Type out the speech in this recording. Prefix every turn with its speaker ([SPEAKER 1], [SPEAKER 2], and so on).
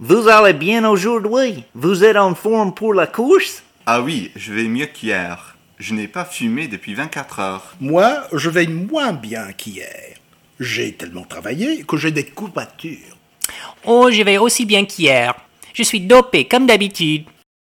[SPEAKER 1] Vous allez bien aujourd'hui? Vous êtes en forme pour la course?
[SPEAKER 2] Ah oui, je vais mieux qu'hier. Je n'ai pas fumé depuis 24 heures.
[SPEAKER 3] Moi, je vais moins bien qu'hier. J'ai tellement travaillé que j'ai des courbatures.
[SPEAKER 4] Oh, je vais aussi bien qu'hier. Je suis dopé, comme d'habitude.